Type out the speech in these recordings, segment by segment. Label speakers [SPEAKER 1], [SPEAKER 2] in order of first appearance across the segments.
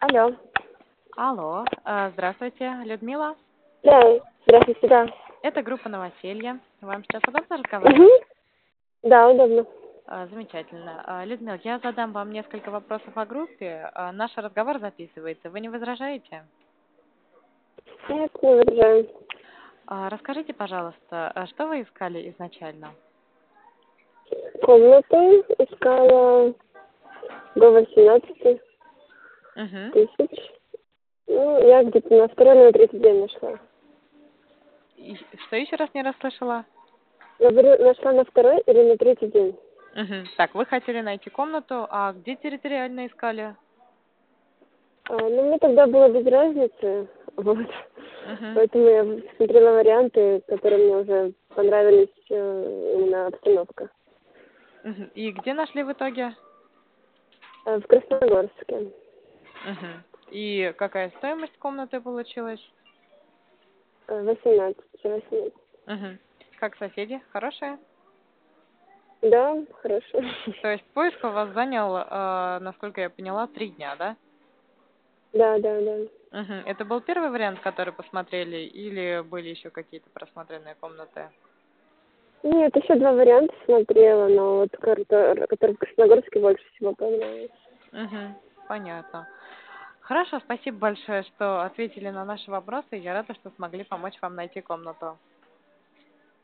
[SPEAKER 1] Алло.
[SPEAKER 2] Алло, э, здравствуйте, Людмила.
[SPEAKER 1] Да, здравствуйте, да.
[SPEAKER 2] Это группа «Новоселье». Вам сейчас удобно разговаривать?
[SPEAKER 1] Угу. Да, удобно.
[SPEAKER 2] Э, Замечательно. Э, Людмила, я задам вам несколько вопросов о группе. Э, Наш разговор записывается. Вы не возражаете?
[SPEAKER 1] Нет, не выражаю.
[SPEAKER 2] Э, Расскажите, пожалуйста, э, что вы искали изначально?
[SPEAKER 1] Комнату искала до 18
[SPEAKER 2] Мгм.
[SPEAKER 1] тысяч. Ну, я где-то на второй, на третий день нашла.
[SPEAKER 2] И Что еще раз не расслышала?
[SPEAKER 1] Я говорю, нашла на второй или на третий день.
[SPEAKER 2] Мгм. Так, вы хотели найти комнату, а где территориально искали?
[SPEAKER 1] А, ну, мне тогда было без разницы, вот.
[SPEAKER 2] Мгм.
[SPEAKER 1] Поэтому я смотрела варианты, которые мне уже понравились э, именно обстановка.
[SPEAKER 2] Мгм. И где нашли в итоге?
[SPEAKER 1] А, в Красногорске.
[SPEAKER 2] Мгм. И какая стоимость комнаты получилась?
[SPEAKER 1] Э, 18, 18.
[SPEAKER 2] Мгм. Как соседи? Хорошие?
[SPEAKER 1] Да, хорошо.
[SPEAKER 2] То есть поиск у вас занял, э, насколько я поняла, три дня, да?
[SPEAKER 1] Да, да, да.
[SPEAKER 2] Мгм. Это был первый вариант, который посмотрели, или были еще какие-то просмотренные комнаты?
[SPEAKER 1] Нет, еще два варианта смотрела, но вот который, который в Красногорске больше всего понравился.
[SPEAKER 2] Мгм. Понятно. Хорошо, спасибо большое, что ответили на наши вопросы. Я рада, что смогли помочь вам найти комнату.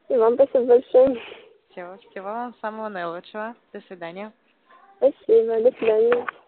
[SPEAKER 1] И вам спасибо большое.
[SPEAKER 2] Всего, всего вам самого наилучшего. До свидания.
[SPEAKER 1] Спасибо, до свидания.